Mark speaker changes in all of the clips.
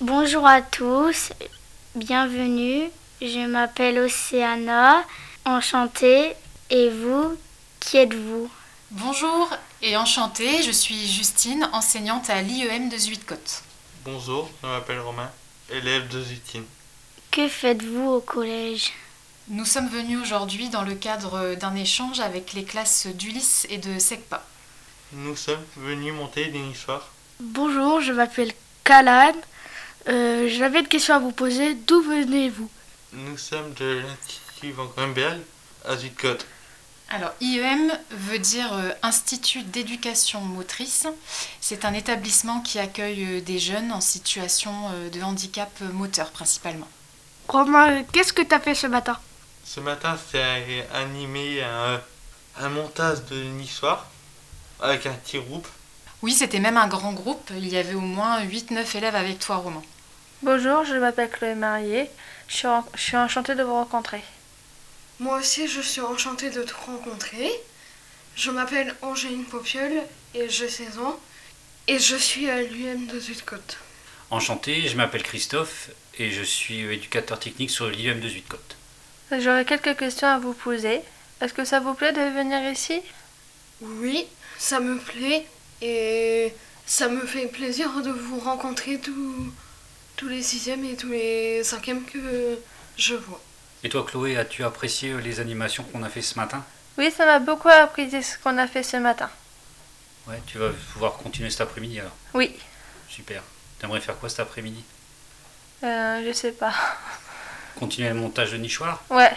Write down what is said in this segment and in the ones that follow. Speaker 1: Bonjour à tous, bienvenue. Je m'appelle Océana, enchantée. Et vous, qui êtes-vous
Speaker 2: Bonjour et enchantée, je suis Justine, enseignante à l'IEM de Zuidcote.
Speaker 3: Bonjour, je m'appelle Romain, élève de Zutine.
Speaker 1: Que faites-vous au collège
Speaker 2: Nous sommes venus aujourd'hui dans le cadre d'un échange avec les classes d'Ulysse et de SECPA.
Speaker 3: Nous sommes venus monter une histoire.
Speaker 4: Bonjour, je m'appelle Kalan. Euh, J'avais une question à vous poser. D'où venez-vous
Speaker 3: Nous sommes de l'Institut Van Grumberg à Zuidcote.
Speaker 2: Alors IEM veut dire euh, Institut d'éducation motrice. C'est un établissement qui accueille euh, des jeunes en situation euh, de handicap euh, moteur principalement.
Speaker 4: Romain, euh, qu'est-ce que t'as fait ce matin
Speaker 3: Ce matin, c'est animé un, un montage d'une histoire avec un petit groupe.
Speaker 2: Oui, c'était même un grand groupe, il y avait au moins 8-9 élèves avec toi Romain.
Speaker 5: Bonjour, je m'appelle Chloé Marié. Je suis, en- je suis enchantée de vous rencontrer.
Speaker 6: Moi aussi, je suis enchantée de te rencontrer. Je m'appelle Angéline Popiol et j'ai 16 ans. Et je suis à l'UM de Zuidcote.
Speaker 7: Enchanté, je m'appelle Christophe et je suis éducateur technique sur l'IUM de Zuidcote.
Speaker 5: J'aurais quelques questions à vous poser. Est-ce que ça vous plaît de venir ici
Speaker 6: Oui, ça me plaît et ça me fait plaisir de vous rencontrer tous, tous les sixièmes et tous les cinquièmes que je vois.
Speaker 7: Et toi Chloé, as-tu apprécié les animations qu'on a fait ce matin
Speaker 5: Oui, ça m'a beaucoup appris ce qu'on a fait ce matin.
Speaker 7: Ouais, tu vas pouvoir continuer cet après-midi alors.
Speaker 5: Oui,
Speaker 7: Super. T'aimerais faire quoi cet après-midi
Speaker 5: euh, je sais pas.
Speaker 7: Continuer le montage de nichoir
Speaker 5: Ouais,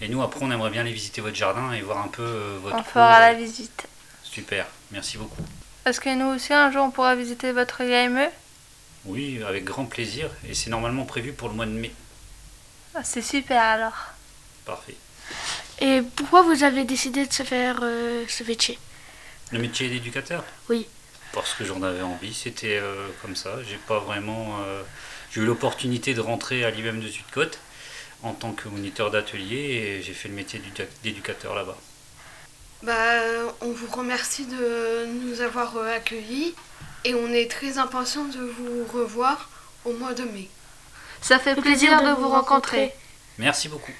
Speaker 7: Et nous après on aimerait bien aller visiter votre jardin et voir un peu euh, votre...
Speaker 5: on
Speaker 7: cour,
Speaker 5: fera la
Speaker 7: euh,
Speaker 5: visite.
Speaker 7: Super, merci beaucoup.
Speaker 5: Est-ce que nous aussi un jour on pourra visiter votre E IME
Speaker 7: Oui, avec grand plaisir et c'est normalement prévu pour le mois de mai.
Speaker 5: Ah, C'est super alors.
Speaker 7: Parfait.
Speaker 4: Et pourquoi vous avez décidé de se faire euh, ce métier
Speaker 7: Le métier d'éducateur
Speaker 4: Oui.
Speaker 7: Parce que j'en avais envie, c'était euh, comme ça. J'ai pas vraiment. euh, J'ai eu l'opportunité de rentrer à l'IBM de Sud-Côte en tant que moniteur d'atelier et j'ai fait le métier d'éduca- d'éducateur là-bas.
Speaker 6: Bah, on vous remercie de nous avoir euh, accueillis et on est très impatient de vous revoir au mois de mai.
Speaker 5: Ça fait plaisir, de, vous rencontrer.
Speaker 7: Merci beaucoup.